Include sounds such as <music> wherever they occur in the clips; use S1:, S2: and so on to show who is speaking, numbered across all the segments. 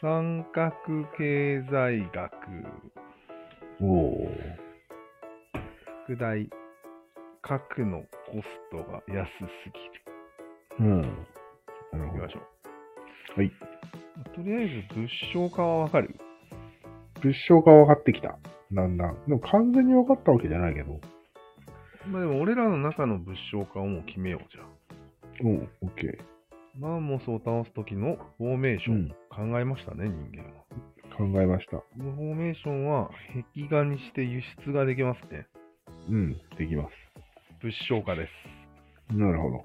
S1: 三角経済学、
S2: おおー。
S1: 副題、核のコストが安す
S2: うん。
S1: ぎ
S2: な
S1: る。行き
S2: るほど
S1: ましょう。
S2: はい。
S1: とりあえず、物証化はわかる
S2: 物証が分かってきた。だんだん。でも完全に分かったわけじゃないけど。
S1: まあでも、俺らの中の物証化をもう決めようじゃあ。
S2: うん、オッケー。
S1: マンモスを倒す時のフォーメーション、考えましたね、人間は。
S2: 考えました。
S1: このフォーメーションは壁画にして輸出ができますね。
S2: うん、できます。
S1: 物証化です。
S2: なるほど。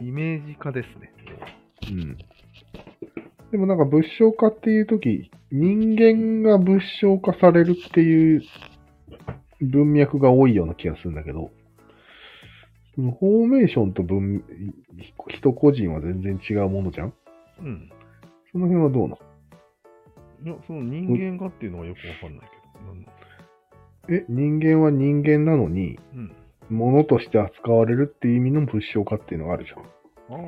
S1: イメージ化ですね。
S2: うん。でもなんか物証化っていうとき、人間が物証化されるっていう文脈が多いような気がするんだけど、そのフォーメーションと文、人個人は全然違うものじゃん
S1: うん。
S2: その辺はどうなの
S1: いや、その人間化っていうのはよくわかんないけど。なんだ
S2: え、人間は人間なのに、
S1: うん。
S2: 物として扱われるっていう意味の物証化っていうのがあるじゃん。
S1: あ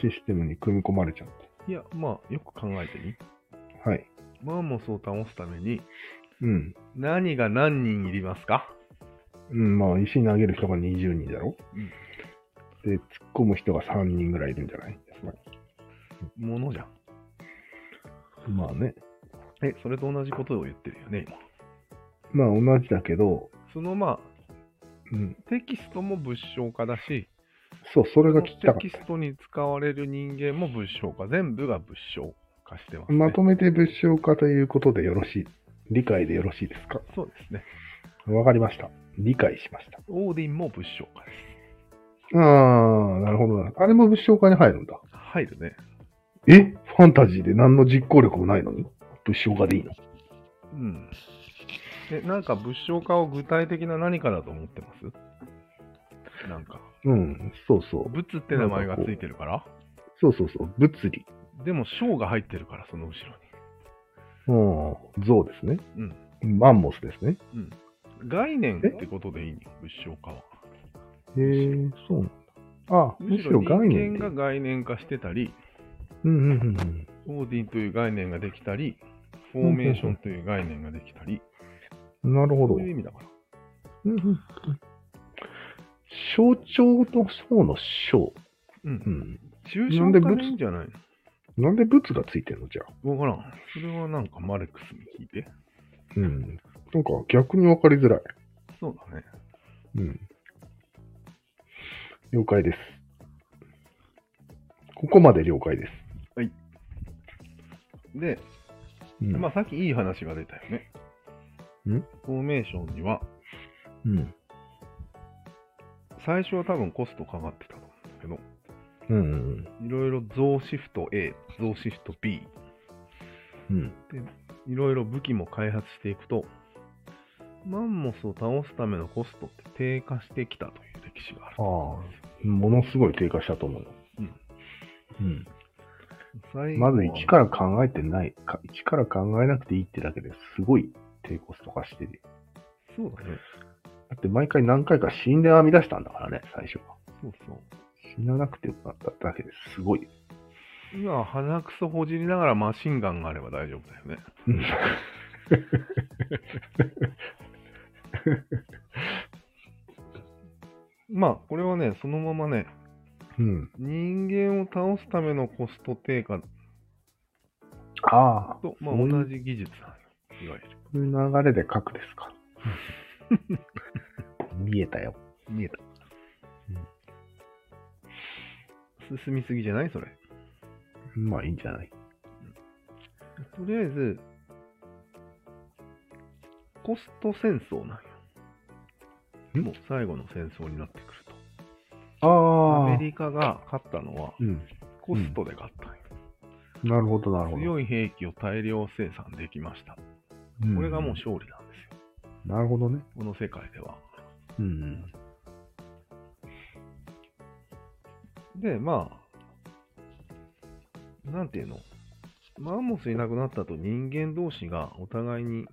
S2: システムに組み込まれちゃっ
S1: あ。いや、まあ、よく考えてみ。
S2: て。はい。
S1: マンモスを倒すために、
S2: うん。
S1: 何が何人いりますか
S2: うん、まあ、石投げる人が20人だろ、
S1: うん
S2: で、突っ込む人が3人ぐらいいるんじゃない
S1: ものじゃん。
S2: まあね。
S1: え、それと同じことを言ってるよね、今。
S2: まあ、同じだけど、
S1: そのま
S2: うん。
S1: あ、テキストも物証化だし、
S2: そう、それ
S1: こ
S2: が
S1: の
S2: 聞きたか
S1: テキス
S2: っ
S1: トに使われる人間も物証化、全部が物証化してます、
S2: た。
S1: ね。
S2: まとめて物証化ということでよろしい。理解でよろしいですか
S1: そうですね。
S2: わかりました。理解しました。
S1: オーディンも物証化で
S2: あー、なるほどな。あれも物証化に入るんだ。
S1: す。入るね。
S2: えファンタジーで何の実行力もないのに物証化でいいの
S1: うん。え、なんか物証化を具体的な何かだと思ってますなんか、
S2: うん、そうそう。
S1: 物って名前がついてるから、
S2: そうそうそう。物理。
S1: でも章が入ってるから、その後ろ
S2: うん、像ですね。
S1: に。
S2: マンモスですね。
S1: うん。うん。概念ってことでいいの、物証化は。
S2: へえ、そうなんだ。あ、むしろ概念
S1: 人
S2: で
S1: 間が概念化してたり、
S2: うんうんうんうん。
S1: オーディンという概念ができたり、フォーメーションという概念ができたり、
S2: なるほど。
S1: そういう意味だから。
S2: うんうんうん象徴の層の章。
S1: う。
S2: うんん。
S1: 抽
S2: な
S1: 象
S2: んで
S1: 化
S2: 物
S1: でいいんじゃない
S2: なんで物がついてんのじゃあ。
S1: のわからん。それはなんかマルクスに聞いて。
S2: うん。なんか逆にわかりづらい。
S1: そうだね。
S2: うん。了解です。ここまで了解です。
S1: で、
S2: うん。
S1: まあさっきいい話が出たよね。
S2: ん
S1: フォーメーションには、
S2: うん。
S1: 最初は多分コストかかってたと思うんだけど、
S2: うんうん
S1: いろいろ増シフト A、増シフト B、
S2: うん。うん。
S1: いろいろ武器も開発していくと、マンモスを倒すためのコストって低下してきたという歴史があると思うんですよ。
S2: ものすごい低下したと思うよ。うん。
S1: 最後は
S2: まず一から考えてないか、一から考えなくていいってだけですごい低コスト化してる。
S1: そうだね。
S2: だって毎回何回か死んで編み出したんだからね、最初は。
S1: そうそう。
S2: 死ななくてよかっただけですごい。
S1: 今は鼻くそほじりながらマシンガンがあれば大丈夫だよね。
S2: うん <laughs>
S1: まあ、これはね、そのままね、
S2: うん。
S1: 人間を倒すためのコスト低下
S2: ああ、
S1: と、まあ、
S2: そうい
S1: 同
S2: う
S1: じ技術なのよ。いわゆる。
S2: そういう流れで書くです <laughs> か。見えたよ。
S1: 見えた。進みすぎじゃないそれ。
S2: まあいいんじゃない。
S1: とりあえず、コスト戦争なんよ。
S2: ん
S1: もう最後の戦争になってくる
S2: あ
S1: と。ア
S2: あ
S1: メリカが勝ったのは
S2: うん。
S1: コストで勝ったんよ。
S2: なるほど、なるほど。
S1: 強い兵器を大量生産できました。
S2: うん
S1: これがもう勝利なんですよ。
S2: なるほどね。
S1: この世界では。
S2: うん。
S1: で、まあ、なんていうの、マンモスいなくなったと人間同士がお互いに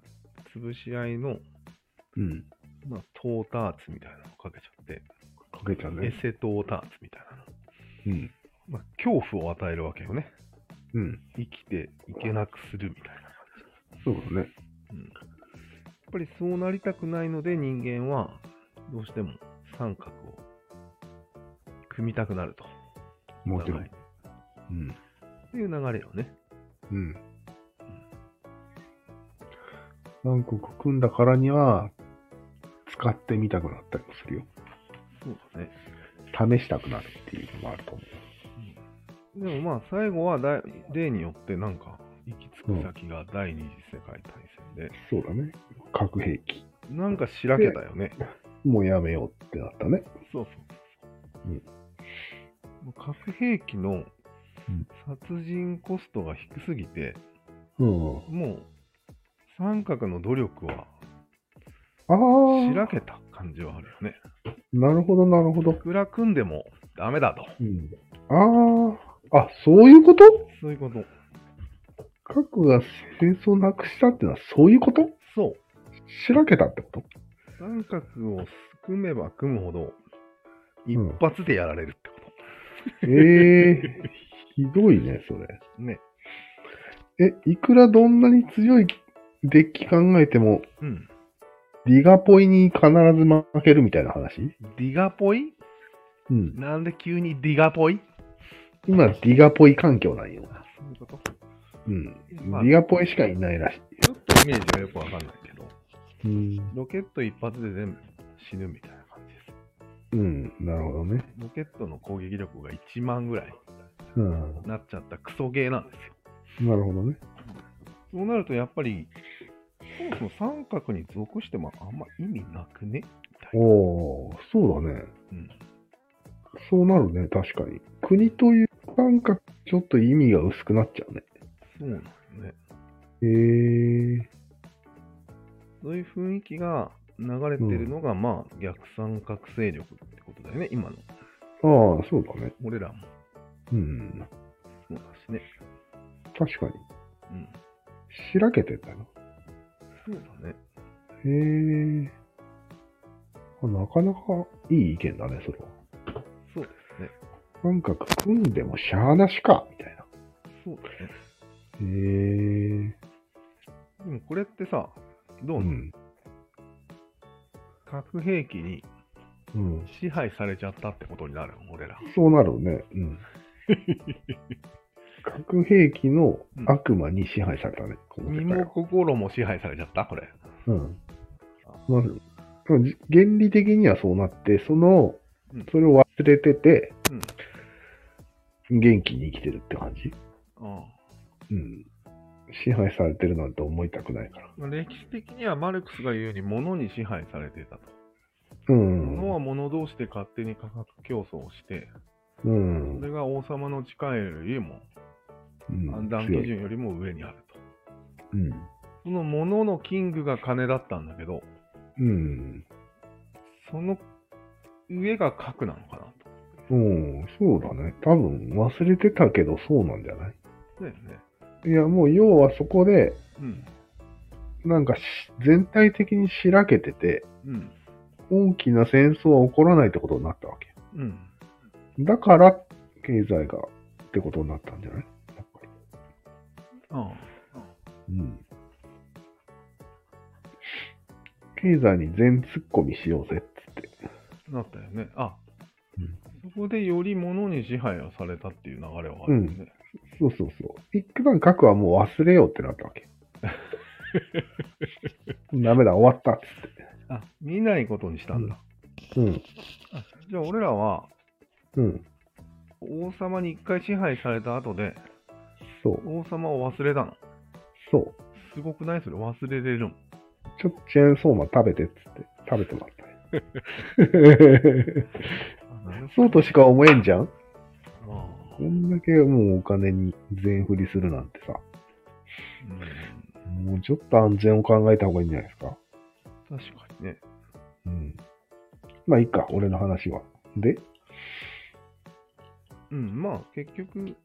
S1: 潰し合いの、
S2: うん。
S1: まあ、トーターツみたいなのをかけちゃって、
S2: かけちゃう
S1: エ
S2: ね。
S1: セトーターツみたいなの。
S2: うん。
S1: まあ、恐怖を与えるわけよね。
S2: うん。
S1: 生きていけなくするみたいな感じ。
S2: そうだね。
S1: うんやっぱりそうなりたくないので人間はどうしても三角を組みたくなると。
S2: もちろ
S1: お互
S2: ん
S1: い。
S2: うん。
S1: っていう流れよね。
S2: うん。何個か組んだからには、使ってみたくなったりもするよ。
S1: そうだね。
S2: 試したくなるっていうのもあると思
S1: でもまあ最後はだい例によってなんか行き着く先が第二次世界大戦で、
S2: う。そうだね。核兵器。
S1: なんかしらけたよね。
S2: もうやめようってなったね。
S1: そうそう。
S2: うん
S1: もう核兵器の
S2: うん
S1: 殺人コストが低すぎて、
S2: うん。
S1: もう三角の努力は
S2: あ
S1: しら
S2: あ。
S1: けた感じはあるよね。
S2: なるほど、なるほ
S1: い
S2: ど。
S1: くら組んでもダメだと。
S2: うん。ああ。あ、そういうこと
S1: そういうこと。
S2: 核が戦争なくしたってのはそういうこと
S1: そう。
S2: しらけたってこと
S1: 三角を組めば組むほど、一発でやられるってこ
S2: ええひどいね、それ。
S1: と。ね。
S2: え、いくらどんなに強いデッキ考えても、
S1: うん。
S2: ディガポイに必ず負けるみたいな話
S1: ディガポイ
S2: うん。
S1: なんで急にディガポイ
S2: 今、ディガポイ環境なんよ。
S1: あそういうこと。
S2: うん。
S1: まあ
S2: ディガポイしかいないらしい。
S1: ちょっとイメージがよくわかんないけど、
S2: うん。
S1: ロケット一発で全部死ぬみたいな感じです。
S2: うん、なるほどね。
S1: ロケットの攻撃力が1万ぐらい
S2: うん。
S1: なっちゃったクソゲーなんですよ。
S2: なるほどね。
S1: そうなるとやっぱり、そもそも三角に属してもあんま意味なくね
S2: おー、そうだね。
S1: うん。
S2: そうなるね、確かに。国という感覚、ちょっと意味が薄くなっちゃうね。
S1: そうなんですね。
S2: へえ
S1: そういう雰囲気が流れてるのが、まあ、逆三角勢力ってことだよね、今の。
S2: ー。ああ、そうだね。
S1: 俺らも
S2: うん。
S1: そうだしね。
S2: 確かに。
S1: うん。
S2: しらけてたな。
S1: そうだね。
S2: へえ。あなかなかいい意見だね、それは。
S1: そうですね。
S2: なんか組んでもしゃあなしか、みたいな。
S1: そうだね。
S2: へえ。
S1: でもこれってさ、どう
S2: う
S1: なの、
S2: ん。
S1: 核兵器に
S2: うん。
S1: 支配されちゃったってことになるの <laughs> 俺ら。
S2: そうなるね。
S1: <laughs>
S2: うん。核兵器の悪魔に支配されたね、この
S1: 身
S2: 世界
S1: も
S2: は。
S1: 心も支配されちゃったこれ。
S2: うん。なる。でもじ原理的にはそうなって、その
S1: うん、
S2: それを忘れてて、元気に生きてるって感じ。
S1: うん。
S2: うん。支配されてるなんて思いたくないから。
S1: まあ歴史的にはマルクスが言うように物に支配されていたと。
S2: うん。
S1: 物は物同士で勝手に価格競争をして、
S2: う
S1: そ
S2: ん。
S1: れが王様の力よりも、
S2: うん
S1: 判断基準よりも上にあると。
S2: うん。
S1: その物のキングが金だったんだけど、
S2: うん。
S1: その上が核なのかなと。
S2: うん。そうだね。多分忘れてたけどそうなんじゃない
S1: だよね。
S2: いや、もう要はそこで、
S1: うん。
S2: なんかし全体的にしらけてて、
S1: うん。
S2: 大きな戦争は起こらないってことになったわけ。
S1: うん。
S2: だから、経済がってことになったんじゃないやっぱり。
S1: あ
S2: うん。経済に全突っ込みしようぜっつって。
S1: あ、なったよね。あ、
S2: うん
S1: そこでより物に支配をされたっていう流れはあるよね。
S2: そうそうそう。一旦核はもう忘れようってなったわけ。ダメだ、終わったっつっ
S1: あ、見ないことにしたんだ。
S2: て。うん。
S1: あじゃあ俺らは、
S2: うん。
S1: 王様に一回支配された後で、
S2: そう。
S1: 王様を忘れたの。
S2: そう。
S1: すごくないそれ忘れれるの。
S2: ちょっとチェーンソーマン食べてっつって。食べてもらった。
S1: あなる
S2: そうとしか思えんじゃん
S1: ほどな
S2: こんだけもうお金に全振りするなんてさ。
S1: う
S2: もうちょっと安全を考えた方がいいんじゃないですか
S1: ん確かにね。
S2: うん。まあいいか、俺の話は。で、
S1: うん、まあ結局、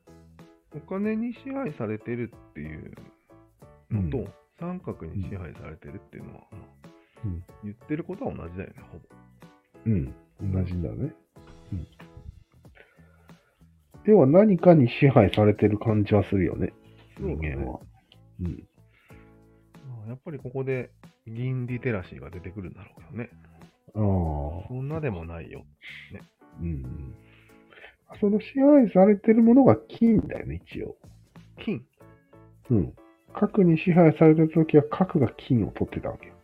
S1: お金に支配されてるっていうのと、
S2: う
S1: 三角に支配されてるっていうのは、
S2: うん
S1: 言ってることは同じだよね、ほぼ。
S2: うん。同じだね。うん。要は何かに支配されてる感じはするよね、
S1: そうだ
S2: 人
S1: ね
S2: 間は。うん。
S1: まあやっぱりここで銀リテラシーが出てくるんだろうけどね。
S2: ああ、
S1: そんなでもないよ。
S2: うん。その支配されてるものが金だよね、一応。
S1: 金
S2: うん。核に支配された時は核が金を取ってたわけよ。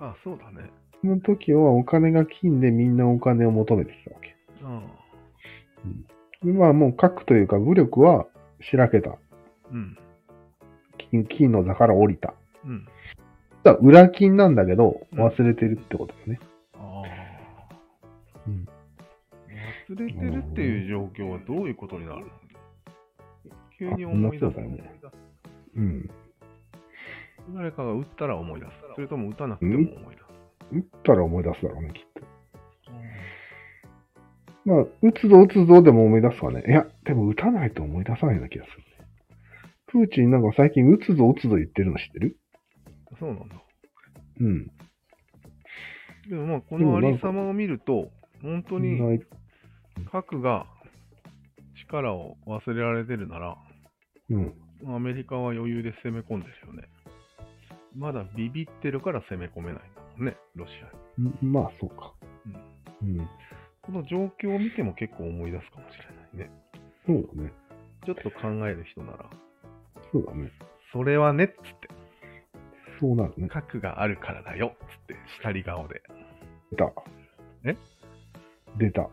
S1: あ、そうだね。
S2: その時はお金が金でみんなお金を求めてきたわけ。
S1: あ
S2: でまあもう核というか武力はしらけた。
S1: あうん。
S2: 金金の座から降りた。
S1: うん。
S2: だから裏金なんだけど、
S1: うん
S2: 忘れてるってことだよね。
S1: ああ。
S2: うん
S1: 忘れてるっていう状況はどういうことになるの急に
S2: あ
S1: 思い出す
S2: 思い出。うん。
S1: 誰かが打ったら思い出す。それとも打たなくても思い出す。
S2: 打ったら思い出すだろうね、きっと。まあ、打つぞ打つぞでも思い出すかね。いや、でも打たないと思い出さないような気がするね。プーチンなんか最近打つぞ打つぞ言ってるの知ってる
S1: そうなんだ。
S2: うん。
S1: でもまあ、このありさまを見ると、本当に
S2: ない
S1: 核が力を忘れられてるなら、
S2: うん。
S1: アメリカは余裕で攻め込んでるよね。まだビビってるから攻め込めないんだもんね、ロシアに。
S2: んまあ、そうか。うん。
S1: この状況を見ても結構思い出すかもしれないね。
S2: そうだね。
S1: ちょっと考える人なら、
S2: そうだね。
S1: それはねっつって、
S2: そうなるね。
S1: 核があるからだよっつって、下り顔で。
S2: 出た。
S1: え
S2: 出た。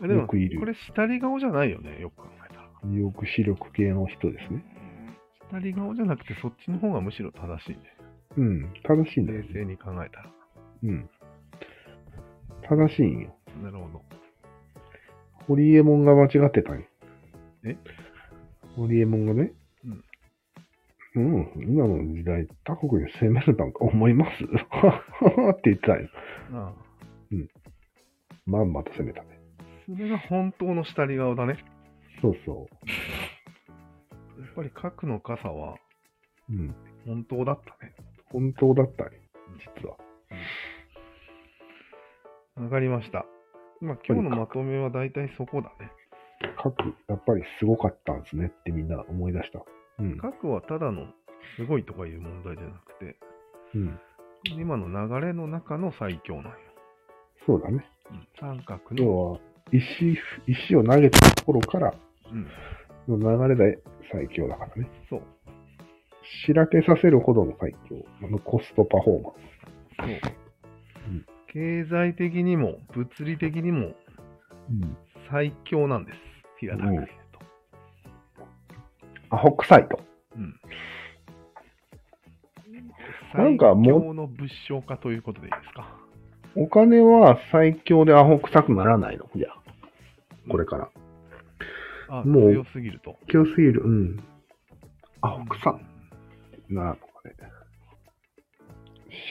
S1: でも、
S2: よ
S1: こ
S2: くいる
S1: れ下り顔じゃないよね、よく考えたら。
S2: 抑止力系の人ですね。
S1: 下り顔じゃなくて、そっちの方がむしろ正しいね。
S2: うん。正しいんだよ
S1: 冷
S2: ね。
S1: 静に考えたら。
S2: うん。正しいんよ。
S1: なるほど。
S2: ホリエモンが間違ってたんよ。
S1: え
S2: ホリエモンがね。
S1: うん。
S2: うん、今の時代、他国に攻めるなんか思います <laughs> って言ってたんよ。
S1: ああ
S2: まんまと攻めたね。
S1: それが本当の下り顔だね。
S2: そうそ
S1: やっぱり核の傘は
S2: う。うん。
S1: 本当だったね。
S2: 本当だったね。実は。
S1: わかりました。まあ、今日のまとめは大体そこだね。
S2: 核、やっぱりすごかったんですねってみんな思い出した。うん。
S1: 核はただのすごいとかいう問題じゃなくて、
S2: うん。
S1: 今の流れの中の最強なんよ。
S2: そうだね。
S1: うん三角の、
S2: 要は、石、石を投げたところから
S1: うん、
S2: の流れで最強だからね。
S1: そう、
S2: しらけさせるほどの最強。あのコストパフォーマンス。
S1: そう
S2: うん。
S1: 経済的にも物理的にも
S2: うん。
S1: 最強なんです。平たく言うと。
S2: アホ臭いと。
S1: うん。
S2: なんかもう
S1: 最強の物証化ということでいいですか。
S2: お金は最強でアホ臭くならないのじゃあ。これから。
S1: あ、
S2: もう
S1: 強すぎると。
S2: 強すぎる。うん。アホ臭くならんのかね。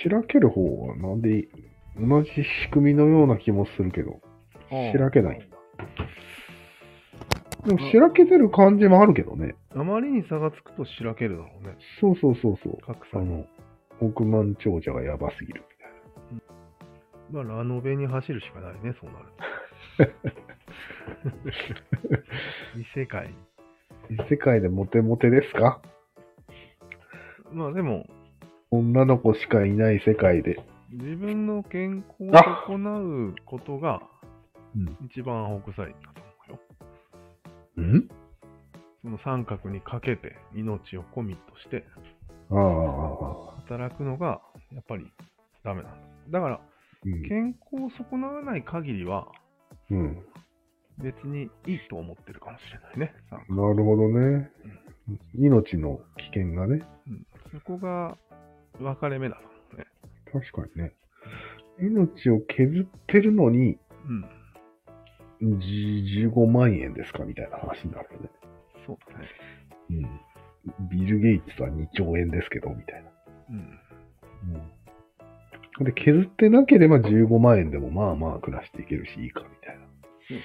S2: しらける方はなんで同じ仕組みのような気もするけど。
S1: うん
S2: しらけない。でもしらけてる感じもあるけどね。
S1: あまりに差がつくとしらけるだろうね。
S2: そうそうそうそう。
S1: 格差
S2: あ
S1: に
S2: の、億万長者がやばすぎるみたいな。
S1: まあ、ラノベに走るしかないね、そうなると。
S2: <laughs>
S1: 異世界。
S2: 世界でモテモテですか
S1: まあでも、
S2: 女の子しかいない世界で。
S1: 自分の健康
S2: あ
S1: を損うことが
S2: うん
S1: 一番青臭いんだと思うよ。
S2: ん
S1: その三角にかけて命をコミットして
S2: ああ、
S1: 働くのがやっぱりダメなんだ。だから、
S2: うん。
S1: 健康を損なわない限りは
S2: うん。
S1: 別にいいと思ってるかもしれないね。三角
S2: なるほどね。命の危険がね。
S1: うん、そこが分かれ目だと思うね。
S2: 確かにね。命を削ってるのに、
S1: うん。
S2: じ15万円ですかみたいな話になるよね。
S1: そうだね。
S2: うん。ビル・ゲイツは2兆円ですけど、みたいな。
S1: うん。
S2: うん。で、削ってなければ15万円でもまあまあ暮らしていけるし、いいか、みたいな。
S1: そう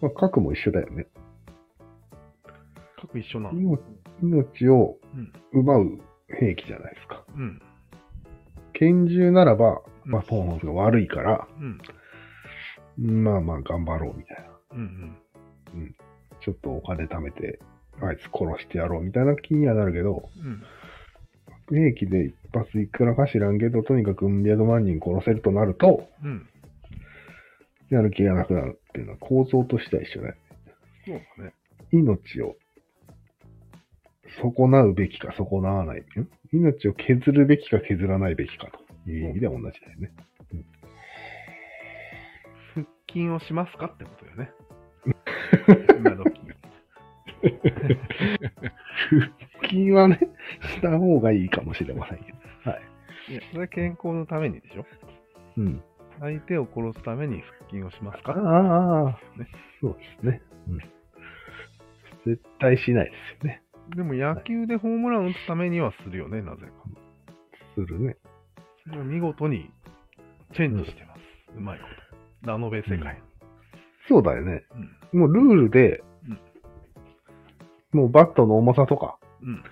S2: まあ、核も一緒だよね。
S1: 各一緒なの。
S2: 命命を
S1: うん
S2: 奪う兵器じゃないですか。
S1: うん。
S2: 拳銃ならば、
S1: うん
S2: まあ、パフォーマンスが悪いから、
S1: うん。
S2: まあまあ頑張ろうみたいな。
S1: うんうん。
S2: ちょっとお金貯めて、あいつ殺してやろうみたいな気にはなるけど、
S1: うん。
S2: 核兵器で一発いくらか知らんけど、とにかくうん百万人殺せるとなると、
S1: うん。
S2: やる気がなくなるっていうのは構造としては一緒だよね。
S1: そうだね。
S2: 命を損なうべきか損なわない。ん命を削るべきか削らないべきかという意味では同じだよね。
S1: 腹筋をしますかってことよ
S2: <laughs>
S1: ね。今時。
S2: 腹筋はね、 <laughs> した方がいいかもしれませんけど。
S1: いや、それは健康のためにでしょ
S2: うん。
S1: 相手を殺すために腹筋をします
S2: あ
S1: か
S2: あ、そうですね。うん。絶対しないですよね。
S1: でも野球でホームラン打つためにはするよね、なぜか。
S2: するね。
S1: それは見事にチェンジしてます。うまいこと。ラノベ世界。
S2: そうだよね。
S1: うん。
S2: もうルールで、もうバットの重さとか、
S1: うん。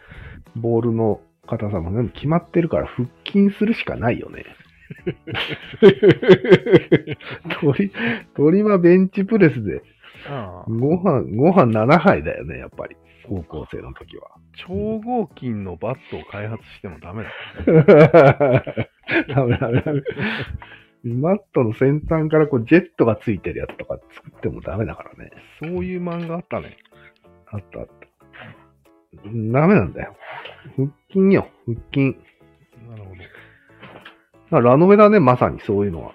S2: ボールの硬さも全部決まってるから腹筋するしかないよね。鳥、鳥はベンチプレスで、
S1: ああ。
S2: ご飯、ご飯7杯だよね、やっぱり。高校生の時は。
S1: 超合金のバットを開発してもダメだ。
S2: ダメダメダメ。マットの先端からこうジェットがついてるやつとか作ってもダメだからね。
S1: そういう漫画あったね。
S2: あったあった。ダメなんだよ。腹筋よ、腹筋。
S1: なるほど。
S2: まあラノベだね、まさにそういうのは。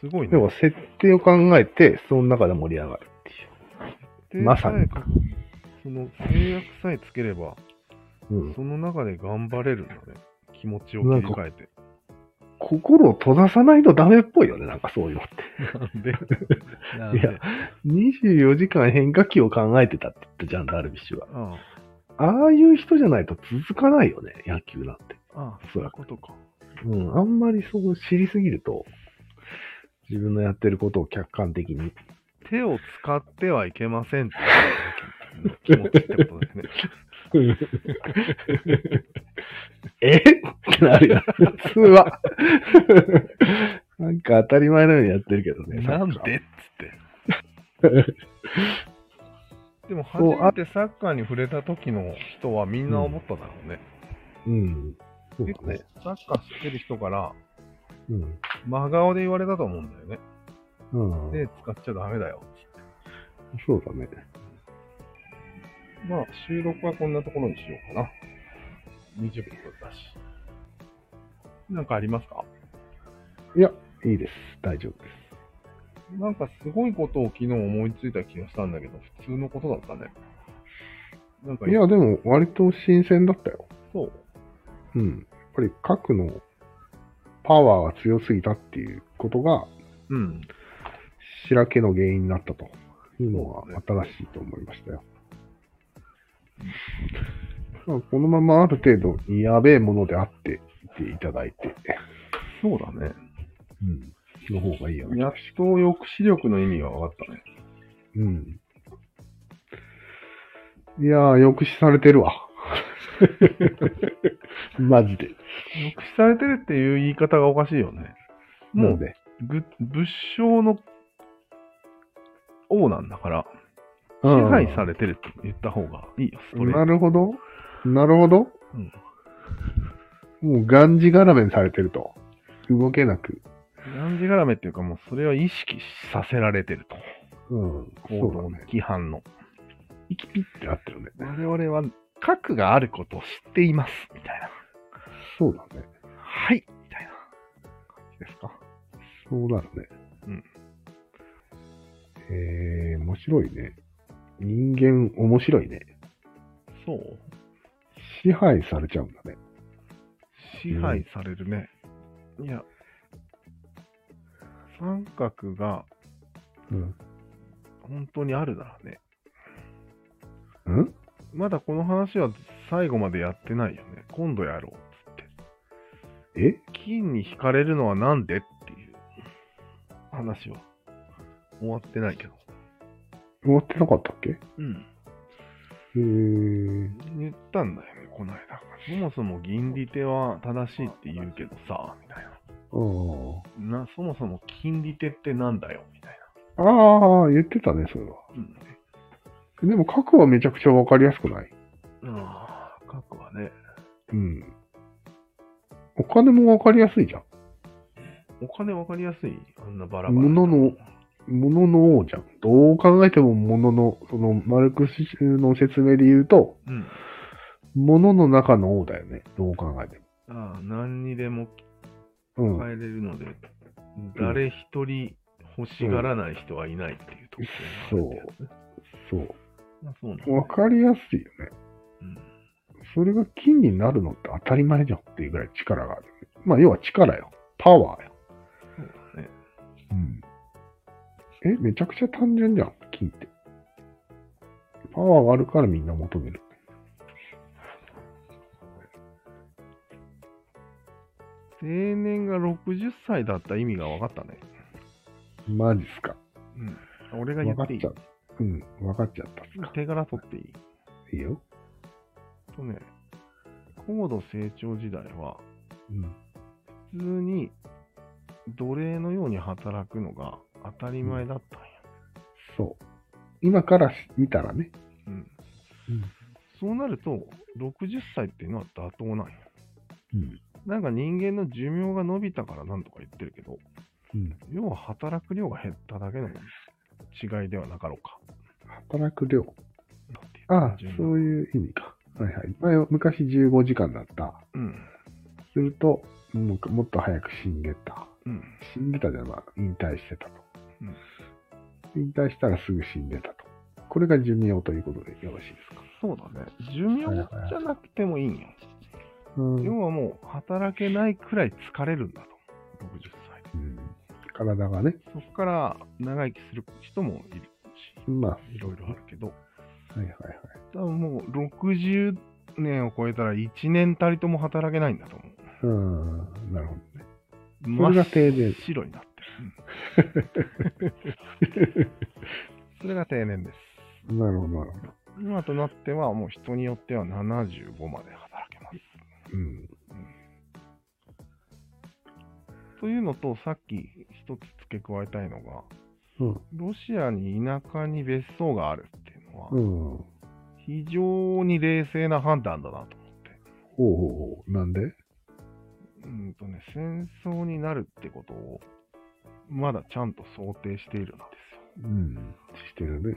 S1: すごいね
S2: 要。は設定を考えて、その中で盛り上がるっていう。
S1: で
S2: まさに
S1: さえその制約さえつければ、
S2: うん、
S1: その中で頑張れるんだね。気持ちを切り替え
S2: <laughs>
S1: て。
S2: 心を閉ざさないとダメっぽいよね、なんかそういうのって。
S1: なんでなん
S2: いや
S1: で
S2: 24時間変化球を考えてたって言ったじゃん、ダルビッシュは。
S1: あ
S2: ああいう人じゃないと続かないよね、野球なんて。
S1: あ、ああそういうことか。
S2: うん、あんまりそこ知りすぎると、自分のやってることを客観的に。 <laughs>
S1: 手を使ってはいけませんっていう気持ちってこと
S2: <laughs>
S1: ですね。
S2: えってなるよ。普通は。なんか当たり前のようにやってるけどね。
S1: なんでっつっ
S2: サッカー <laughs> は
S1: て。でも初
S2: そうあ
S1: めてサッカーに触れた時の人はみんな思っただろうね。
S2: うん。そう
S1: 結構
S2: だね。
S1: サッカー知ってる人から
S2: うん。
S1: 真顔で言われたと思うんだよね。
S2: うん、
S1: 手使っちゃダメだよ。
S2: そうだね。
S1: まあ収録はこんなところにしようかな。20分だし。なんかありますか
S2: いいです。大丈夫です。
S1: なんかすごいことを昨日思いついた気がしたんだけど、普通のことだったね。なんか
S2: いや、でも割と新鮮だったよ。
S1: そう。
S2: うん。やっぱり核のパワーが強すぎたっていうことが、
S1: うん。
S2: 白けの原因になったというのは新しいと思いましたよ。まあこのままある程度やべえものであっていていただいて、
S1: そうだね。
S2: うん、の方がいいよね。
S1: やっと抑止力の意味が分かったね。
S2: うん。いやー、抑止されてる
S1: <laughs>
S2: わ。マジで。
S1: 抑止されてるっていう言い方がおかしいよね。
S2: もう
S1: も
S2: ね。
S1: う、ぐ物証の王なんだから、支
S2: うん
S1: 配されてるって言った方がいいよ、それ。
S2: なるほど。なるほど。
S1: うん
S2: もうがんじがらめにされてると。動けなく。
S1: がんじがらめっていうか、もうそれは意識させられてると。
S2: うん。
S1: 行
S2: そう
S1: 動
S2: だ
S1: の
S2: ね。
S1: 規範の。
S2: 息ピッてなってるね。
S1: 我々は核があることを知っています、みたいな。
S2: そうだね。
S1: はい、みたいな感じですか。
S2: そうなるね。
S1: うん。
S2: えー、面白いね。人間面白いね。
S1: そう。
S2: 支配されちゃうんだね。
S1: 支配されるね。いや、三角が
S2: うん。
S1: 本当にあるならね。
S2: うん
S1: まだこの話は最後までやってないよね。今度やろうっつっ
S2: え
S1: て。金に惹かれるのはなんでっていう話は終わってないけど。
S2: 終わってなかったっけえ
S1: うん。
S2: ー、
S1: 言ったんだよね、この間。そもそも銀利手は正しいって言うけどさ、みたいな。
S2: ああ、
S1: なそもそも金利手ってなんだよ、みたいな。
S2: ああ、言ってたね、それは。
S1: うん。
S2: でも、核はめちゃくちゃわかりやすくない
S1: ああ、核はね、
S2: うん。お金もわかりやすいじゃん。
S1: お金わかりやすい、あんなバラバラ。
S2: 物の物の王じゃん。どう考えても物の、その、マルクスの説明で言うと、
S1: うん。
S2: 物の中の王だよね。どう考えて
S1: ああ、何にでも
S2: も。うん。
S1: 変えれるので、誰一人欲しがらない人はいないっていう特徴があるってやつね
S2: そう。
S1: あそうなんだ
S2: わかりやすいよね。
S1: うん
S2: それが金になるのって当たり前じゃんっていうぐらい力がある。まあ、要は力よ。パワーよ。
S1: そうだね。
S2: うん。え、めちゃくちゃ単純じゃん。金って。パワーがあるからみんな求める。
S1: 青年が60歳だった意味が分かったね。
S2: マジっすか。
S1: うん。俺が言
S2: 分か
S1: っ
S2: って
S1: いい
S2: ちゃ。う。うん。分かっちゃったっすか。
S1: 手柄取っていい
S2: いいよ。
S1: とね、高度成長時代は、
S2: うん。
S1: 普通に奴隷のように働くのが当たり前だったんや。
S2: そう。今からし見たらね。
S1: うん。
S2: うん。
S1: そうなると、60歳っていうのは妥当なんや。
S2: うん。
S1: なんか人間の寿命が伸びたからなんとか言ってるけど、
S2: うん、
S1: 要は働く量が減っただけの違いではなかろうか。
S2: 働く量。
S1: なんていう
S2: ああ
S1: 単純、な
S2: そういう意味か。はいはい。前は昔15時間だった。
S1: うん。
S2: すると、もうもっと早く死んでた。
S1: うん。
S2: 死んでたじゃない、まあ、引退してたと。引退したらすぐ死んでたと。これが寿命ということでよろしいですか。
S1: そうだね。寿命じゃなくてもいいんよ。
S2: うん
S1: 要はもう働けないくらい疲れるんだと。60歳で。
S2: うん、体がね、
S1: そこから長生きする人もいる
S2: まあ、は
S1: し、いろいろあるけど、
S2: いはいはい。
S1: 多分もう60年を超えたら1年たりとも働けないんだと思う。
S2: うん、なるほどね。
S1: 真
S2: それが定年
S1: っ白になって
S2: <laughs>
S1: る。うんそれが定年です。
S2: なるほど、なるほど。
S1: 今となってはもう人によっては75まで働けます。
S2: うん。
S1: というのと、さっき一つ付け加えたいのが、
S2: うん。
S1: ロシアに田舎に別荘があるっていうのは、
S2: うん。ほ
S1: 非常に冷静な判断だなと思って。
S2: うほうほう。なんで
S1: うんとね、戦争になるってことを、まだちゃんと想定しているんですよ。
S2: うん。してるね。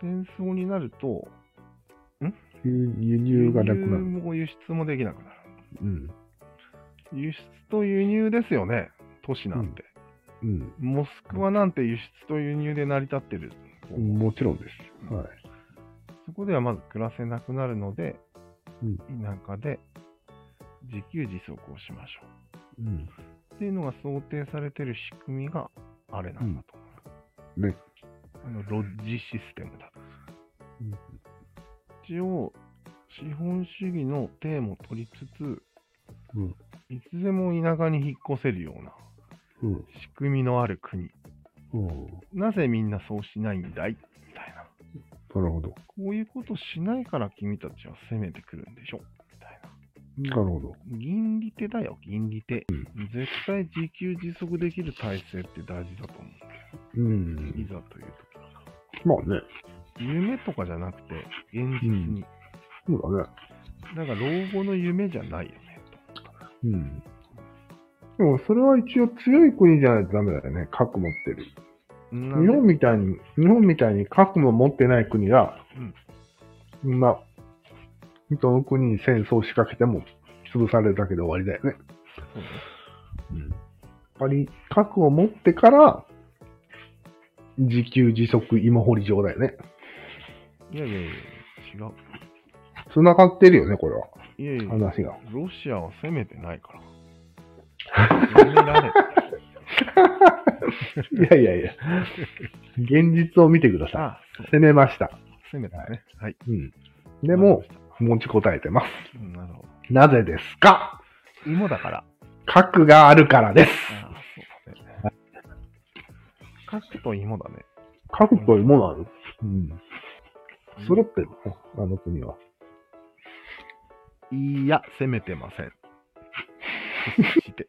S1: 戦争になると、
S2: 輸輸入がなくなる。
S1: も輸出もできなくなる。
S2: うん。
S1: 輸出と輸入ですよね、都市なんて。
S2: うん。
S1: モスクワなんて輸出と輸入で成り立ってる。
S2: もちろんです。はい。
S1: そこではまず暮らせなくなるので、
S2: うん
S1: 田舎で自給自足をしましょ
S2: うん。
S1: う。っていうのが想定されてる仕組みがあれなんだと思
S2: うんね
S1: う。あのロッジシステムだ。一応、資本主義のテーマを取りつつ、
S2: うん
S1: いつでも田舎に引っ越せるような
S2: うん。
S1: 仕組みのある国。
S2: うん。
S1: なぜみんなそうしないんだいみたいな。
S2: なるほど。
S1: こういうことしないから君たちは攻めてくるんでしょみたいな。
S2: なるほど。
S1: 銀利手だよ、銀利手。絶対自給自足できる体制って大事だと思うんだよ。
S2: う
S1: い
S2: ん。
S1: ざという時に。
S2: まあね。
S1: 夢とかじゃなくて、現実に。
S2: そうだね。
S1: だから老後の夢じゃないよね。
S2: うん。でもそれは一応強い国じゃないとダメだよね。核持ってる。
S1: とんなね
S2: 日本みたいに、日本みたいに核も持ってない国が、うん、まあ、どの国に戦争を仕掛けても潰されるだけで終わりだよね。
S1: そうね
S2: やっぱり核を持ってから、自給自足芋掘り状だよね。
S1: いやいやいや、違う。
S2: 繋がってるよね、これは。
S1: いやいや、
S2: 話が。
S1: ロシアは攻めてない <laughs> から。やめられた。
S2: いやいやいや。現実を見てくださ
S1: あ、そう
S2: い。攻めました。
S1: 攻めたね。はい。
S2: うん。でも、持ちこたえてます。
S1: うん、なるほ
S2: なぜですか
S1: ど。芋だから。
S2: 核があるからです。
S1: ああ、そうだね。核と芋だね。
S2: 核というものある。うん。揃ってるのあの国は。
S1: いや、攻めてません。して。